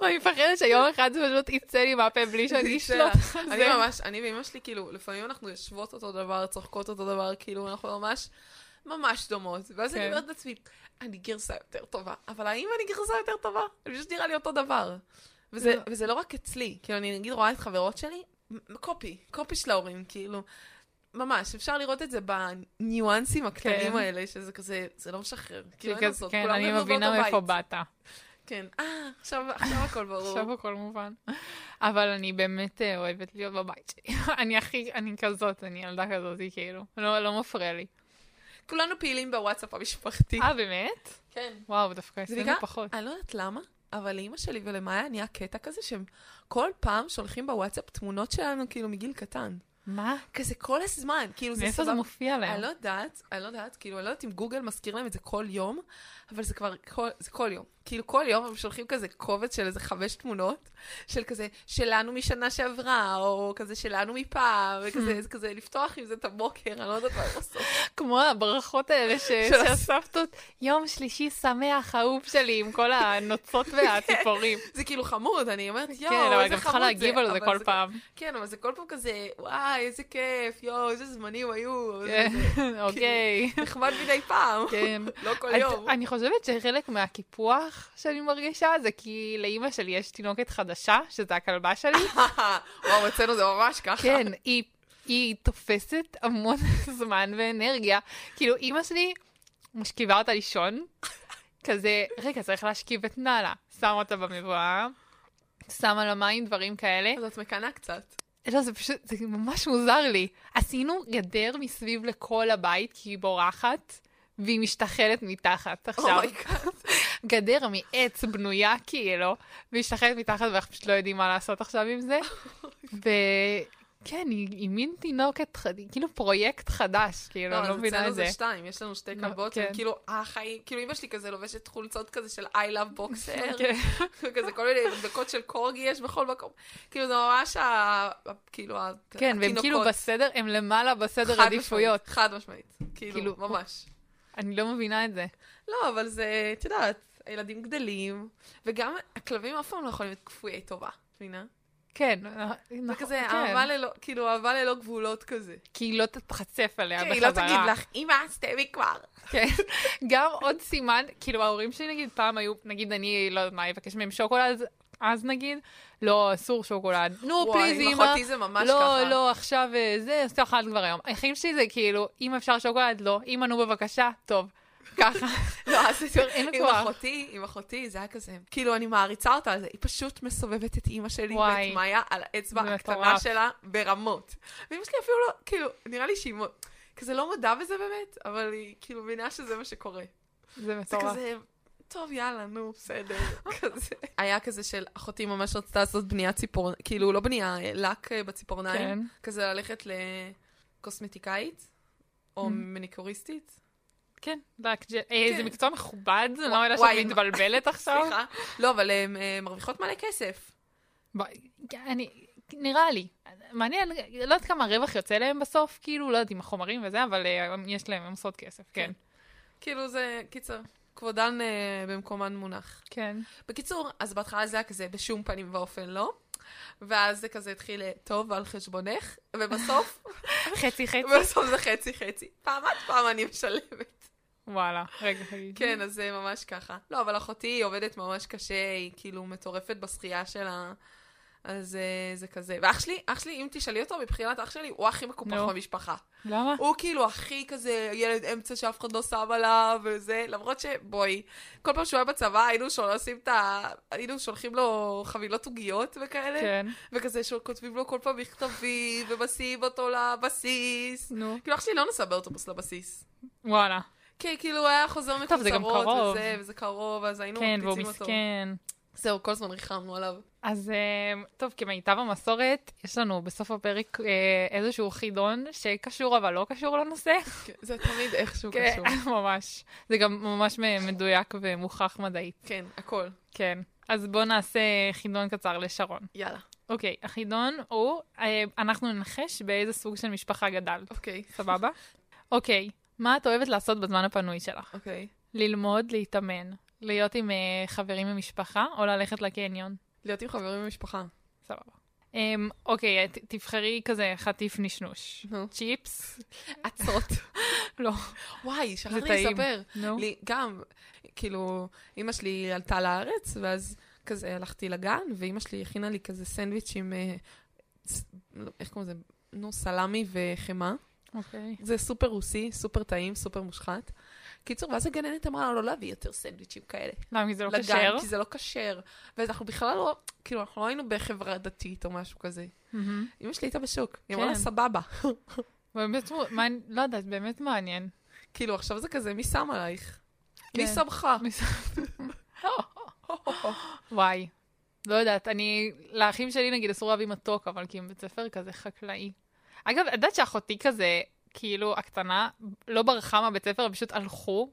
[SPEAKER 2] ואני מפחדת שיום אחד זה פשוט יצא לי מהפה בלי שאני אשלוט על
[SPEAKER 1] אני
[SPEAKER 2] זה.
[SPEAKER 1] ממש, אני ואימא שלי, כאילו, לפעמים אנחנו יושבות אותו דבר, צוחקות אותו דבר, כאילו, אנחנו ממש... ממש דומות, ואז אני
[SPEAKER 2] כן.
[SPEAKER 1] אומרת לעצמי, אני גרסה יותר טובה, אבל האם אני גרסה יותר טובה? אני פשוט נראה לי אותו דבר. וזה,
[SPEAKER 2] לא.
[SPEAKER 1] וזה לא רק אצלי, כאילו, אני נגיד רואה את חברות שלי, מ- קופי, קופי של ההורים, כאילו, ממש, אפשר לראות את זה בניואנסים הקטנים
[SPEAKER 2] כן.
[SPEAKER 1] האלה, שזה כזה, זה לא משחרר. כאילו, אין
[SPEAKER 2] שכזה-
[SPEAKER 1] לעשות,
[SPEAKER 2] כן,
[SPEAKER 1] כולם
[SPEAKER 2] אני
[SPEAKER 1] בנות
[SPEAKER 2] מבינה
[SPEAKER 1] הבית.
[SPEAKER 2] מאיפה באת.
[SPEAKER 1] כן, אה, עכשיו עכשיו הכל ברור.
[SPEAKER 2] עכשיו הכל מובן. אבל אני באמת אה, אוהבת להיות בבית שלי. *laughs* אני הכי, אני כזאת, אני ילדה כזאת, כאילו. לא לא מפריע לי.
[SPEAKER 1] כולנו פעילים בוואטסאפ המשפחתי.
[SPEAKER 2] אה, באמת?
[SPEAKER 1] כן.
[SPEAKER 2] וואו, דווקא
[SPEAKER 1] זה
[SPEAKER 2] אצלנו
[SPEAKER 1] נקרא-
[SPEAKER 2] פחות.
[SPEAKER 1] אני לא יודעת למה, אבל לאימא שלי ולמאיה נהיה קטע כזה שהם כל פעם שולחים בוואטסאפ תמונות שלנו כאילו מגיל קטן.
[SPEAKER 2] מה?
[SPEAKER 1] כזה כל הזמן, כאילו זה
[SPEAKER 2] מאיפה זה מופיע
[SPEAKER 1] אני
[SPEAKER 2] להם?
[SPEAKER 1] לא יודעת, אני לא יודעת, כאילו, אני לא יודעת אם גוגל מזכיר להם את זה כל יום, אבל זה כבר, כל, זה כל יום. כאילו, כל יום הם שולחים כזה קובץ של איזה חמש תמונות, של כזה, שלנו משנה שעברה, או כזה שלנו
[SPEAKER 2] *laughs*
[SPEAKER 1] מפעם, וכזה, זה כזה, לפתוח עם זה את הבוקר, אני לא יודעת מה הם עושים.
[SPEAKER 2] כמו הברכות האלה ש-
[SPEAKER 1] של
[SPEAKER 2] שהסבתות, יום שלישי שמח, אהוב שלי, עם כל
[SPEAKER 1] *laughs*
[SPEAKER 2] הנוצות והציפורים.
[SPEAKER 1] זה כאילו חמוד, אני אומרת,
[SPEAKER 2] כן,
[SPEAKER 1] יואו,
[SPEAKER 2] אבל
[SPEAKER 1] איזה
[SPEAKER 2] גם צריכה
[SPEAKER 1] חמוד זה.
[SPEAKER 2] להגיב על זה
[SPEAKER 1] אבל
[SPEAKER 2] כל
[SPEAKER 1] *laughs*
[SPEAKER 2] פעם.
[SPEAKER 1] כן, אבל זה כל פעם כזה, וואי, איזה כיף, יואו, איזה זמנים היו.
[SPEAKER 2] כן, *laughs*
[SPEAKER 1] *laughs*
[SPEAKER 2] אוקיי.
[SPEAKER 1] זה נחמד מדי פעם,
[SPEAKER 2] כן.
[SPEAKER 1] לא כל
[SPEAKER 2] אז
[SPEAKER 1] יום.
[SPEAKER 2] אני חושבת שחלק מהקיפוח שאני מרגישה זה כי לאימא שלי יש תינוקת חדשה, שזה הכלבה שלי.
[SPEAKER 1] *laughs* וואו, אצלנו זה ממש ככה.
[SPEAKER 2] כן, היא, היא תופסת המון *laughs* זמן ואנרגיה. כאילו, אימא שלי משכיבה אותה לישון, כזה, רגע, צריך להשכיב את נעלה. שמה אותה במבואה, שמה לה מים, דברים כאלה.
[SPEAKER 1] אז את מקנאה קצת.
[SPEAKER 2] לא, זה פשוט, זה ממש מוזר לי. עשינו גדר מסביב לכל הבית, כי היא בורחת. והיא משתחלת מתחת עכשיו.
[SPEAKER 1] אומייגאד.
[SPEAKER 2] גדר מעץ בנויה כאילו, והיא משתחלת מתחת ואנחנו פשוט לא יודעים מה לעשות עכשיו עם
[SPEAKER 1] *laughs*
[SPEAKER 2] זה. וכן, היא, היא מין תינוקת, ח- היא כאילו פרויקט חדש, כאילו,
[SPEAKER 1] לא,
[SPEAKER 2] אני לא
[SPEAKER 1] אז
[SPEAKER 2] מבינה
[SPEAKER 1] אצלנו
[SPEAKER 2] את זה.
[SPEAKER 1] זה שתיים, יש לנו שתי
[SPEAKER 2] לא,
[SPEAKER 1] כלבות,
[SPEAKER 2] כן.
[SPEAKER 1] שהן כאילו החיים, כאילו אמא שלי כזה לובשת חולצות כזה של I love boxer,
[SPEAKER 2] *laughs* כן.
[SPEAKER 1] כזה כל מיני מדבקות של קורגי יש בכל מקום. כאילו זה ממש ה... ה- כאילו ה-
[SPEAKER 2] כן, והם כאילו בסדר, הם למעלה בסדר
[SPEAKER 1] חד
[SPEAKER 2] עדיפויות.
[SPEAKER 1] משמעית, חד משמעית, כאילו,
[SPEAKER 2] כאילו,
[SPEAKER 1] ממש.
[SPEAKER 2] אני לא מבינה את זה.
[SPEAKER 1] לא, אבל זה, את יודעת, הילדים גדלים, וגם הכלבים אף פעם לא יכולים להיות כפויי טובה, מבינה?
[SPEAKER 2] כן,
[SPEAKER 1] זה
[SPEAKER 2] נכון,
[SPEAKER 1] כזה
[SPEAKER 2] כן.
[SPEAKER 1] אהבה ללא, כאילו אהבה ללא גבולות כזה.
[SPEAKER 2] כי היא לא תתחצף עליה
[SPEAKER 1] כן,
[SPEAKER 2] בחזרה.
[SPEAKER 1] היא לא תגיד לך, אמא, סתמי כבר.
[SPEAKER 2] כן, גם עוד סימן, כאילו ההורים שלי נגיד פעם היו, נגיד אני, לא יודעת מה, אבקש מהם שוקולד, אז- אז נגיד, לא, אסור שוקולד. נו,
[SPEAKER 1] וואי,
[SPEAKER 2] פליז,
[SPEAKER 1] עם
[SPEAKER 2] לא, אמא.
[SPEAKER 1] אחותי זה ממש
[SPEAKER 2] לא,
[SPEAKER 1] ככה. *laughs*
[SPEAKER 2] לא, עכשיו אה, זה, עושה אכלת כבר היום. החיים שלי זה כאילו, אם אפשר שוקולד, לא. אמא, נו בבקשה, טוב. ככה.
[SPEAKER 1] לא,
[SPEAKER 2] *laughs*
[SPEAKER 1] אז זה-
[SPEAKER 2] אין לה
[SPEAKER 1] עם
[SPEAKER 2] כוח.
[SPEAKER 1] אחותי, עם אחותי, זה היה כזה. כאילו, אני מעריצה אותה על זה. היא פשוט מסובבת את אימא שלי
[SPEAKER 2] וואי.
[SPEAKER 1] ואת מאיה על האצבע
[SPEAKER 2] זה
[SPEAKER 1] הקטנה
[SPEAKER 2] מטורף.
[SPEAKER 1] שלה ברמות. ואימא שלי אפילו לא, כאילו, נראה לי שהיא מאוד- כזה לא מודה בזה באמת, אבל היא כאילו מבינה שזה מה שקורה.
[SPEAKER 2] זה
[SPEAKER 1] זה
[SPEAKER 2] מטורף.
[SPEAKER 1] כזה, טוב, יאללה, נו, *laughs* בסדר. כזה. היה כזה של אחותי ממש רצתה לעשות בניית ציפורניים, כאילו, לא בנייה, אה, לק אה,
[SPEAKER 2] כן.
[SPEAKER 1] בציפורניים. כזה ללכת לקוסמטיקאית, או
[SPEAKER 2] Mm.
[SPEAKER 1] מניקוריסטית.
[SPEAKER 2] כן, רק ג'ל. אה, זה
[SPEAKER 1] כן.
[SPEAKER 2] מקצוע מכובד, זה לא אלה
[SPEAKER 1] וואי, *laughs*
[SPEAKER 2] שאת מתבלבלת עכשיו.
[SPEAKER 1] סליחה. לא, אבל הן אה, מרוויחות מלא כסף.
[SPEAKER 2] ב- אני, נראה לי. מעניין, לא יודעת כמה רווח יוצא להם בסוף, כאילו, לא יודעת עם החומרים וזה, אבל אה, יש להם, הם עושות כסף, כן.
[SPEAKER 1] כאילו זה, קיצר, כבודן אה, במקומן מונח.
[SPEAKER 2] כן.
[SPEAKER 1] בקיצור, אז בהתחלה זה היה כזה בשום פנים ואופן לא, ואז זה כזה התחיל אה, טוב על חשבונך, *laughs* ובסוף,
[SPEAKER 2] כן. חצי חצי.
[SPEAKER 1] ובסוף זה חצי חצי. פעם עד פעם אני משלמת.
[SPEAKER 2] וואלה, רגע, רגע.
[SPEAKER 1] כן, אז זה ממש ככה. לא, אבל אחותי היא עובדת ממש קשה, היא כאילו מטורפת בשחייה שלה. אז אה, זה כזה. ואח שלי, אח שלי, אם תשאלי אותו, מבחינת אח שלי, הוא הכי מקופח
[SPEAKER 2] נו.
[SPEAKER 1] במשפחה.
[SPEAKER 2] למה?
[SPEAKER 1] הוא כאילו הכי כזה ילד אמצע שאף אחד לא שם עליו וזה, למרות שבואי, כל פעם שהוא היה בצבא היינו שול- עושים את ה... היינו שולחים לו חבילות עוגיות וכאלה,
[SPEAKER 2] כן.
[SPEAKER 1] וכזה שכותבים לו כל פעם מכתבים ומסיעים אותו לבסיס.
[SPEAKER 2] נו.
[SPEAKER 1] כאילו אח שלי לא נסע באוטובוס לבסיס.
[SPEAKER 2] וואלה.
[SPEAKER 1] כן, כאילו הוא היה חוזר
[SPEAKER 2] טוב, זה גם
[SPEAKER 1] מקוצרות
[SPEAKER 2] קרוב.
[SPEAKER 1] וזה, וזה קרוב, אז היינו
[SPEAKER 2] כן, והוא
[SPEAKER 1] מקפיצים אותו.
[SPEAKER 2] מסכן.
[SPEAKER 1] זהו, כל הזמן ריחמנו עליו.
[SPEAKER 2] אז אה, טוב, כמיטב המסורת, יש לנו בסוף הפרק אה, איזשהו חידון שקשור אבל לא קשור לנושא. כן,
[SPEAKER 1] כן, זה תמיד איכשהו קשור.
[SPEAKER 2] *laughs* ממש. זה גם ממש מ- מדויק ומוכח מדעית.
[SPEAKER 1] כן, הכל.
[SPEAKER 2] כן. אז בואו נעשה חידון קצר לשרון.
[SPEAKER 1] יאללה,
[SPEAKER 2] אוקיי, החידון הוא, אה, אנחנו ננחש באיזה סוג של משפחה גדלת.
[SPEAKER 1] אוקיי,
[SPEAKER 2] סבבה? אוקיי, מה את אוהבת לעשות בזמן הפנוי שלך?
[SPEAKER 1] אוקיי.
[SPEAKER 2] ללמוד, להתאמן, להיות עם אה, חברים ממשפחה, או ללכת לקניון.
[SPEAKER 1] להיות עם חברים במשפחה.
[SPEAKER 2] סבבה. אמ, אוקיי, ת- תבחרי כזה חטיף נשנוש.
[SPEAKER 1] נו.
[SPEAKER 2] צ'יפס?
[SPEAKER 1] עצות.
[SPEAKER 2] *laughs* לא.
[SPEAKER 1] וואי,
[SPEAKER 2] זה
[SPEAKER 1] שכחתי
[SPEAKER 2] טעים.
[SPEAKER 1] לספר.
[SPEAKER 2] נו.
[SPEAKER 1] לי, גם, כאילו, אימא שלי עלתה לארץ, ואז כזה הלכתי לגן, ואימא שלי הכינה לי כזה סנדוויץ' עם, אה, ס- לא, איך קוראים לזה? נו, סלמי וחמאה.
[SPEAKER 2] אוקיי.
[SPEAKER 1] זה סופר רוסי, סופר טעים, סופר מושחת. קיצור, ואז הגננת אמרה לא להביא יותר סנדוויצ'ים כאלה.
[SPEAKER 2] למה, כי זה לא
[SPEAKER 1] לגן,
[SPEAKER 2] כשר?
[SPEAKER 1] כי זה לא כשר. ואנחנו בכלל לא, כאילו, אנחנו לא היינו בחברה דתית או משהו כזה.
[SPEAKER 2] מהמם.
[SPEAKER 1] אמא שלי הייתה בשוק, היא אמרה לה,
[SPEAKER 2] כן.
[SPEAKER 1] סבבה. *laughs*
[SPEAKER 2] באמת, מ- מעניין- לא יודעת, באמת מעניין.
[SPEAKER 1] כאילו, עכשיו זה כזה, מי שם עלייך? מי
[SPEAKER 2] כן.
[SPEAKER 1] שמך?
[SPEAKER 2] וואי. לא יודעת, אני... לאחים שלי נגיד אסור להביא מתוק, אבל כי הם בית ספר כזה חקלאי. אגב, את יודעת שאחותי כזה, כאילו, הקטנה, לא ברחה מהבית ספר, הם פשוט הלכו,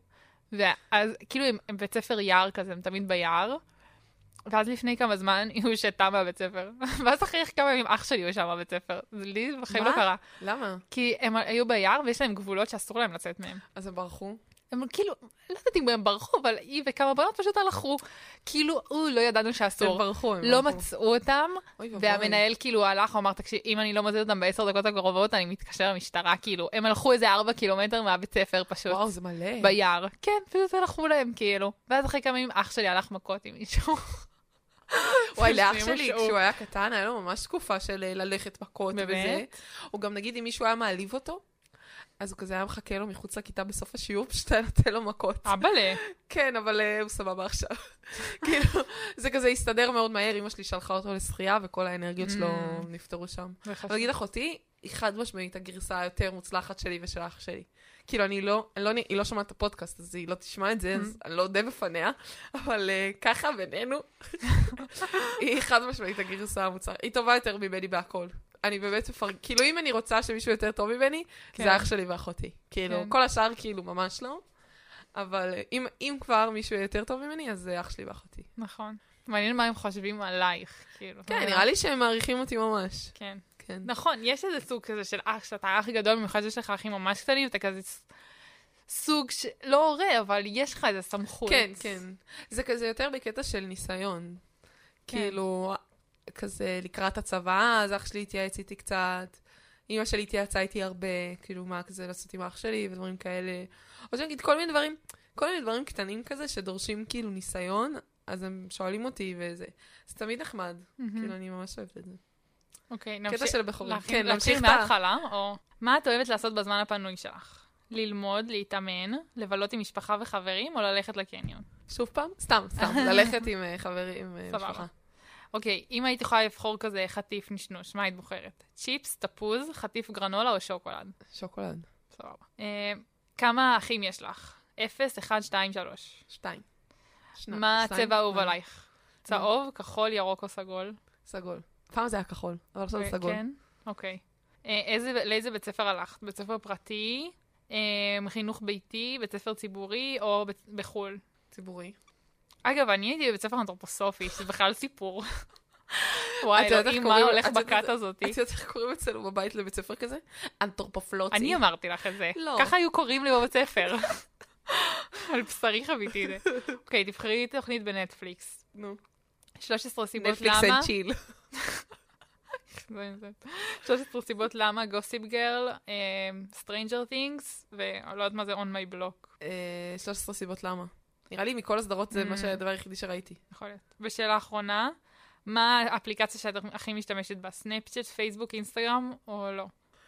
[SPEAKER 2] ואז, כאילו, הם, הם בית ספר יער כזה, הם תמיד ביער, ואז לפני כמה זמן היא הושעתה מהבית ספר. *laughs* ואז אחרי כמה ימים אח שלי הושע מהבית ספר. זה לי בחיים לא
[SPEAKER 1] מה?
[SPEAKER 2] קרה.
[SPEAKER 1] למה?
[SPEAKER 2] כי הם היו ביער ויש להם גבולות שאסור להם לצאת מהם.
[SPEAKER 1] אז הם ברחו.
[SPEAKER 2] הם כאילו, לא יודעת אם הם ברחו, אבל היא וכמה בנות פשוט הלכו. כאילו, אוי, לא ידענו
[SPEAKER 1] הם
[SPEAKER 2] שאסור.
[SPEAKER 1] ברחו, הם
[SPEAKER 2] לא
[SPEAKER 1] ברחו.
[SPEAKER 2] מצאו אותם,
[SPEAKER 1] אוי ואבוי.
[SPEAKER 2] והמנהל כאילו הלך, הוא אמר, תקשיב, אם אני לא מוצאת אותם בעשר דקות הקרובות, אני מתקשר למשטרה, כאילו. הם הלכו איזה ארבע קילומטר מהבית ספר פשוט,
[SPEAKER 1] וואו, זה מלא.
[SPEAKER 2] ביער. כן, פשוט הלכו להם, כאילו. ואז אחרי כמה ימים אח שלי הלך מכות עם מישהו. *laughs*
[SPEAKER 1] וואי, לאח
[SPEAKER 2] שימו
[SPEAKER 1] שלי,
[SPEAKER 2] שהוא.
[SPEAKER 1] כשהוא היה קטן, היה לו ממש תקופה של אה, ללכת מכות וזה.
[SPEAKER 2] באמת?
[SPEAKER 1] הוא גם, נגיד, אם מישהו היה מעליב אותו, אז הוא כזה היה מחכה לו מחוץ לכיתה בסוף השיעור, פשוט היה נותן לו מכות.
[SPEAKER 2] אבאלה. *laughs*
[SPEAKER 1] כן, אבל אה, הוא סבבה עכשיו. כאילו, זה כזה הסתדר מאוד מהר, אמא שלי שלחה אותו לשחייה, וכל האנרגיות שלו
[SPEAKER 2] Mm.
[SPEAKER 1] נפטרו שם.
[SPEAKER 2] זה חשוב.
[SPEAKER 1] אבל להגיד אחותי, היא חד משמעית הגרסה היותר מוצלחת שלי ושל אח שלי. כאילו, אני לא, אני לא, היא לא שומעת את הפודקאסט, אז היא לא תשמע את זה,
[SPEAKER 2] Mm-hmm.
[SPEAKER 1] אז אני לא אודה בפניה, אבל uh, ככה בינינו,
[SPEAKER 2] *laughs*
[SPEAKER 1] היא חד משמעית הגרסה המוצלחת. היא טובה יותר ממני בהכל. אני באמת מפרק... כאילו, אם אני רוצה שמישהו יותר טוב ממני,
[SPEAKER 2] כן.
[SPEAKER 1] זה אח שלי ואחותי. כאילו,
[SPEAKER 2] כן.
[SPEAKER 1] כל השאר כאילו ממש לא, אבל אה, אם, אם כבר מישהו יהיה יותר טוב ממני, אז זה אח שלי ואחותי.
[SPEAKER 2] נכון. מעניין מה הם חושבים עלייך, כאילו.
[SPEAKER 1] כן, נראה לי שהם מעריכים אותי ממש.
[SPEAKER 2] כן.
[SPEAKER 1] כן.
[SPEAKER 2] נכון, יש איזה סוג כזה של אח, שאתה אח גדול, במיוחד שיש לך אחים ממש קטנים, אתה כזה ס- סוג של, לא הורה, אבל יש לך איזה סמכות.
[SPEAKER 1] כן, כן. זה כזה יותר בקטע של ניסיון.
[SPEAKER 2] כן.
[SPEAKER 1] כאילו, כזה לקראת הצבא, אז אח שלי התייעץ איתי קצת. אימא שלי התייעצה איתי הרבה, כאילו, מה כזה לעשות עם אח שלי ודברים כאלה. או שנגיד כל מיני דברים, כל מיני דברים קטנים כזה שדורשים כאילו ניסיון, אז הם שואלים אותי וזה. זה תמיד נחמד,
[SPEAKER 2] מהמם.
[SPEAKER 1] כאילו, אני ממש אוהבת את זה.
[SPEAKER 2] אוקיי,
[SPEAKER 1] קטע
[SPEAKER 2] נמשיך.
[SPEAKER 1] של הבכורים.
[SPEAKER 2] להתחיל-
[SPEAKER 1] כן,
[SPEAKER 2] להתחיל
[SPEAKER 1] להמשיך את ה...
[SPEAKER 2] מההתחלה, או... מה את אוהבת לעשות בזמן הפנוי שלך? ללמוד, להתאמן, לבלות עם משפחה וחברים, או ללכת לקניון?
[SPEAKER 1] שוב פעם? סתם,
[SPEAKER 2] *laughs*
[SPEAKER 1] סתם, ללכת עם אה, חברים, אה,
[SPEAKER 2] סבבה.
[SPEAKER 1] משפחה.
[SPEAKER 2] אוקיי, אם היית יכולה לבחור כזה חטיף נשנוש, מה היית בוחרת? צ'יפס, תפוז, חטיף גרנולה או שוקולד?
[SPEAKER 1] שוקולד.
[SPEAKER 2] סבבה. אה, כמה אחים יש לך? אפס, אחד, שתיים, שלוש.
[SPEAKER 1] שתיים. שנה-
[SPEAKER 2] מה
[SPEAKER 1] שתיים?
[SPEAKER 2] הצבע האהוב
[SPEAKER 1] אה.
[SPEAKER 2] עלייך? צהוב, כחול, ירוק או סגול?
[SPEAKER 1] סגול. פעם זה היה כחול, אבל עכשיו זה
[SPEAKER 2] אה,
[SPEAKER 1] סגול.
[SPEAKER 2] כן? אוקיי. אה, איזה- לאיזה בית ספר הלכת? בית ספר פרטי, אה, חינוך ביתי, בית ספר ציבורי או בית- בחו"ל?
[SPEAKER 1] ציבורי.
[SPEAKER 2] אגב, אני הייתי בבית ספר אנתרופוסופי, שזה בכלל
[SPEAKER 1] *laughs*
[SPEAKER 2] סיפור. וואי,
[SPEAKER 1] את יודעת איך
[SPEAKER 2] אלוהים, מה
[SPEAKER 1] קוראים-
[SPEAKER 2] הולך
[SPEAKER 1] את יודעת-
[SPEAKER 2] בכת הזאת?
[SPEAKER 1] את יודעת איך קוראים אצלנו בבית לבית ספר כזה? אנתרופופלוצי.
[SPEAKER 2] אני אמ- אמרתי לך את זה.
[SPEAKER 1] לא.
[SPEAKER 2] ככה היו קוראים לי בבית ספר. *laughs* על בשרי
[SPEAKER 1] *laughs*
[SPEAKER 2] חוויתי את זה. אוקיי, תבחרי תוכנית בנטפליקס.
[SPEAKER 1] נו.
[SPEAKER 2] 13 סיבות
[SPEAKER 1] נטפליקס
[SPEAKER 2] למה.
[SPEAKER 1] אנד צ'יל.
[SPEAKER 2] זה עם זה. 13 סיבות למה, גוסיפ גרל, סטרנג'ר תינגס, ולא יודעת מה זה On My Block,
[SPEAKER 1] אה, 13 סיבות למה. נראה לי מכל הסדרות זה
[SPEAKER 2] Mm.
[SPEAKER 1] מה שהדבר היחידי שראיתי.
[SPEAKER 2] יכול להיות. ושאלה אחרונה, מה האפליקציה שאת הכי משתמשת בה? סנאפצ'אט, פייסבוק, אינסטגרם, או לא?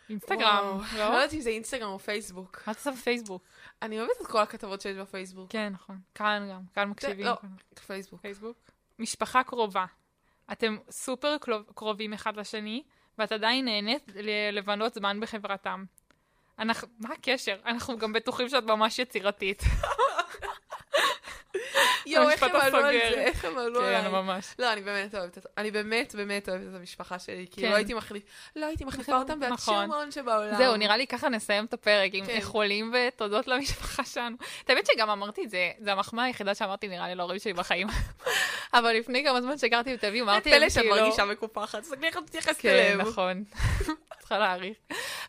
[SPEAKER 2] אינסטגרם,
[SPEAKER 1] וואו. לא
[SPEAKER 2] לא?
[SPEAKER 1] יודעת אם זה אינסטגרם או פייסבוק.
[SPEAKER 2] מה את עושה בפייסבוק?
[SPEAKER 1] אני אוהבת את כל הכתבות שיש בפייסבוק.
[SPEAKER 2] כן, נכון. כאן גם, כאן מקשיבים.
[SPEAKER 1] לא.
[SPEAKER 2] כאן.
[SPEAKER 1] פייסבוק.
[SPEAKER 2] פייסבוק. משפחה קרובה. אתם סופר קלו- קרובים אחד לשני, ואת עדיין נהנית ל- לבלות זמן בחברתם. אנחנו, מה הקשר? אנחנו גם בטוחים שאת ממש יצירתית.
[SPEAKER 1] יואו, איך
[SPEAKER 2] המשפט
[SPEAKER 1] הם עלו על
[SPEAKER 2] הסוגר.
[SPEAKER 1] זה, איך הם עלו
[SPEAKER 2] כן,
[SPEAKER 1] עליי.
[SPEAKER 2] ממש.
[SPEAKER 1] לא, אני באמת אוהבת את... אני באמת באמת אוהבת את המשפחה שלי, כי
[SPEAKER 2] כן.
[SPEAKER 1] לא הייתי מחליפה... לא הייתי מחליפה אותם
[SPEAKER 2] נכון.
[SPEAKER 1] בהשמון שבעולם.
[SPEAKER 2] זהו, נראה לי ככה נסיים את הפרק, עם
[SPEAKER 1] כן.
[SPEAKER 2] איחולים ותודות למשפחה שלנו. את האמת שגם אמרתי את זה, זו המחמאה היחידה שאמרתי נראה לי להורים שלי בחיים. *laughs* אבל לפני כמה זמן שגרתי בתל אביב, אמרתי להם
[SPEAKER 1] פלא שאת
[SPEAKER 2] כאילו...
[SPEAKER 1] מרגישה מקופחת, תסתכלי איך את מתייחסת
[SPEAKER 2] כן,
[SPEAKER 1] אליהם.
[SPEAKER 2] נכון. *laughs* צריכה להעריך.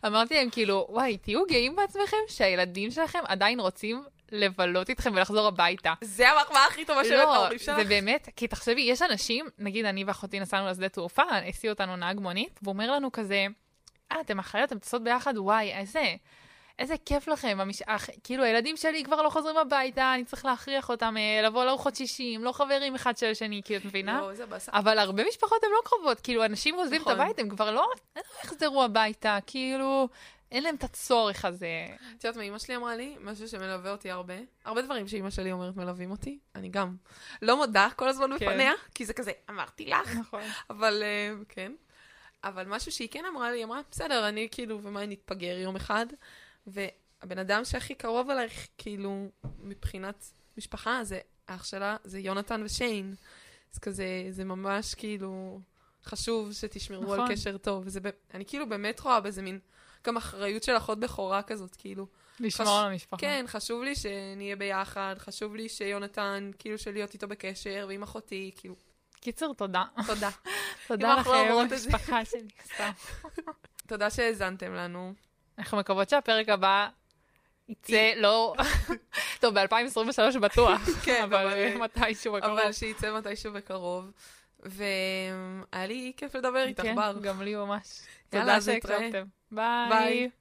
[SPEAKER 2] אמרתי להם, כאילו, וואי, תהיו גאים בעצמכם שהילדים שלכם עדיין רוצים לבלות איתכם ולחזור הביתה.
[SPEAKER 1] זה המחמאה הכי טובה של
[SPEAKER 2] לא,
[SPEAKER 1] ההורים שלך.
[SPEAKER 2] זה באמת, כי תחשבי, יש אנשים, נגיד אני ואחותי נסענו לשדה תעופה, הסיע אותנו נהג מונית, והוא אומר לנו כזה, אה, אתם אחיות, אתם טסות ביחד, וואי, איזה, איזה כיף לכם, המש... אח... כאילו הילדים שלי כבר לא חוזרים הביתה, אני צריך להכריח אותם אה, לבוא לארוחות שישים, לא חברים אחד של השני, כאילו, את מבינה?
[SPEAKER 1] לא, איזה באסה.
[SPEAKER 2] אבל הרבה משפחות הן לא קרובות, כאילו, אנשים עוזבים
[SPEAKER 1] נכון.
[SPEAKER 2] את הבית, הם כבר לא, הם לא יחזרו הביתה, כאילו, אין להם את הצורך הזה.
[SPEAKER 1] את יודעת מה אימא שלי אמרה לי? משהו שמלווה אותי הרבה. הרבה דברים שאימא שלי אומרת מלווים אותי. אני גם לא מודה כל הזמן
[SPEAKER 2] כן.
[SPEAKER 1] בפניה, כי זה כזה, אמרתי לך.
[SPEAKER 2] נכון.
[SPEAKER 1] אבל אה, כן. אבל משהו שהיא כן אמרה לי, היא אמרה, בסדר, אני כאילו, ומה, נתפגר יום אחד? והבן אדם שהכי קרוב אלייך, כאילו, מבחינת משפחה, זה אח שלה, זה יונתן ושיין. אז כזה, זה ממש כאילו חשוב שתשמרו נכון.
[SPEAKER 2] נכון.
[SPEAKER 1] על קשר טוב. וזה, באמת- אני כאילו באמת רואה בזה מין, גם אחריות של אחות בכורה כזאת, כאילו.
[SPEAKER 2] לשמור על המשפחה.
[SPEAKER 1] כן, חשוב לי שנהיה ביחד, חשוב לי שיונתן, כאילו, שלהיות איתו בקשר, ועם אחותי, כאילו,
[SPEAKER 2] קיצר, תודה.
[SPEAKER 1] תודה.
[SPEAKER 2] תודה
[SPEAKER 1] אנחנו לא
[SPEAKER 2] לכם,
[SPEAKER 1] אומרות את זה.
[SPEAKER 2] המשפחה שלי. סתם.
[SPEAKER 1] תודה שהאזנתם לנו.
[SPEAKER 2] אנחנו מקוות שהפרק הבא יצא לא... *laughs* טוב, ב-2023 בטוח.
[SPEAKER 1] *laughs* כן,
[SPEAKER 2] אבל
[SPEAKER 1] אבל-
[SPEAKER 2] אה, מתישהו בקרוב.
[SPEAKER 1] אבל שייצא מתישהו בקרוב. והיה לי כיף לדבר איתך,
[SPEAKER 2] כן,
[SPEAKER 1] בר.
[SPEAKER 2] גם לי ממש.
[SPEAKER 1] יאללה,
[SPEAKER 2] תודה
[SPEAKER 1] אז נתראה.
[SPEAKER 2] שהקשבתם. ביי.
[SPEAKER 1] ביי.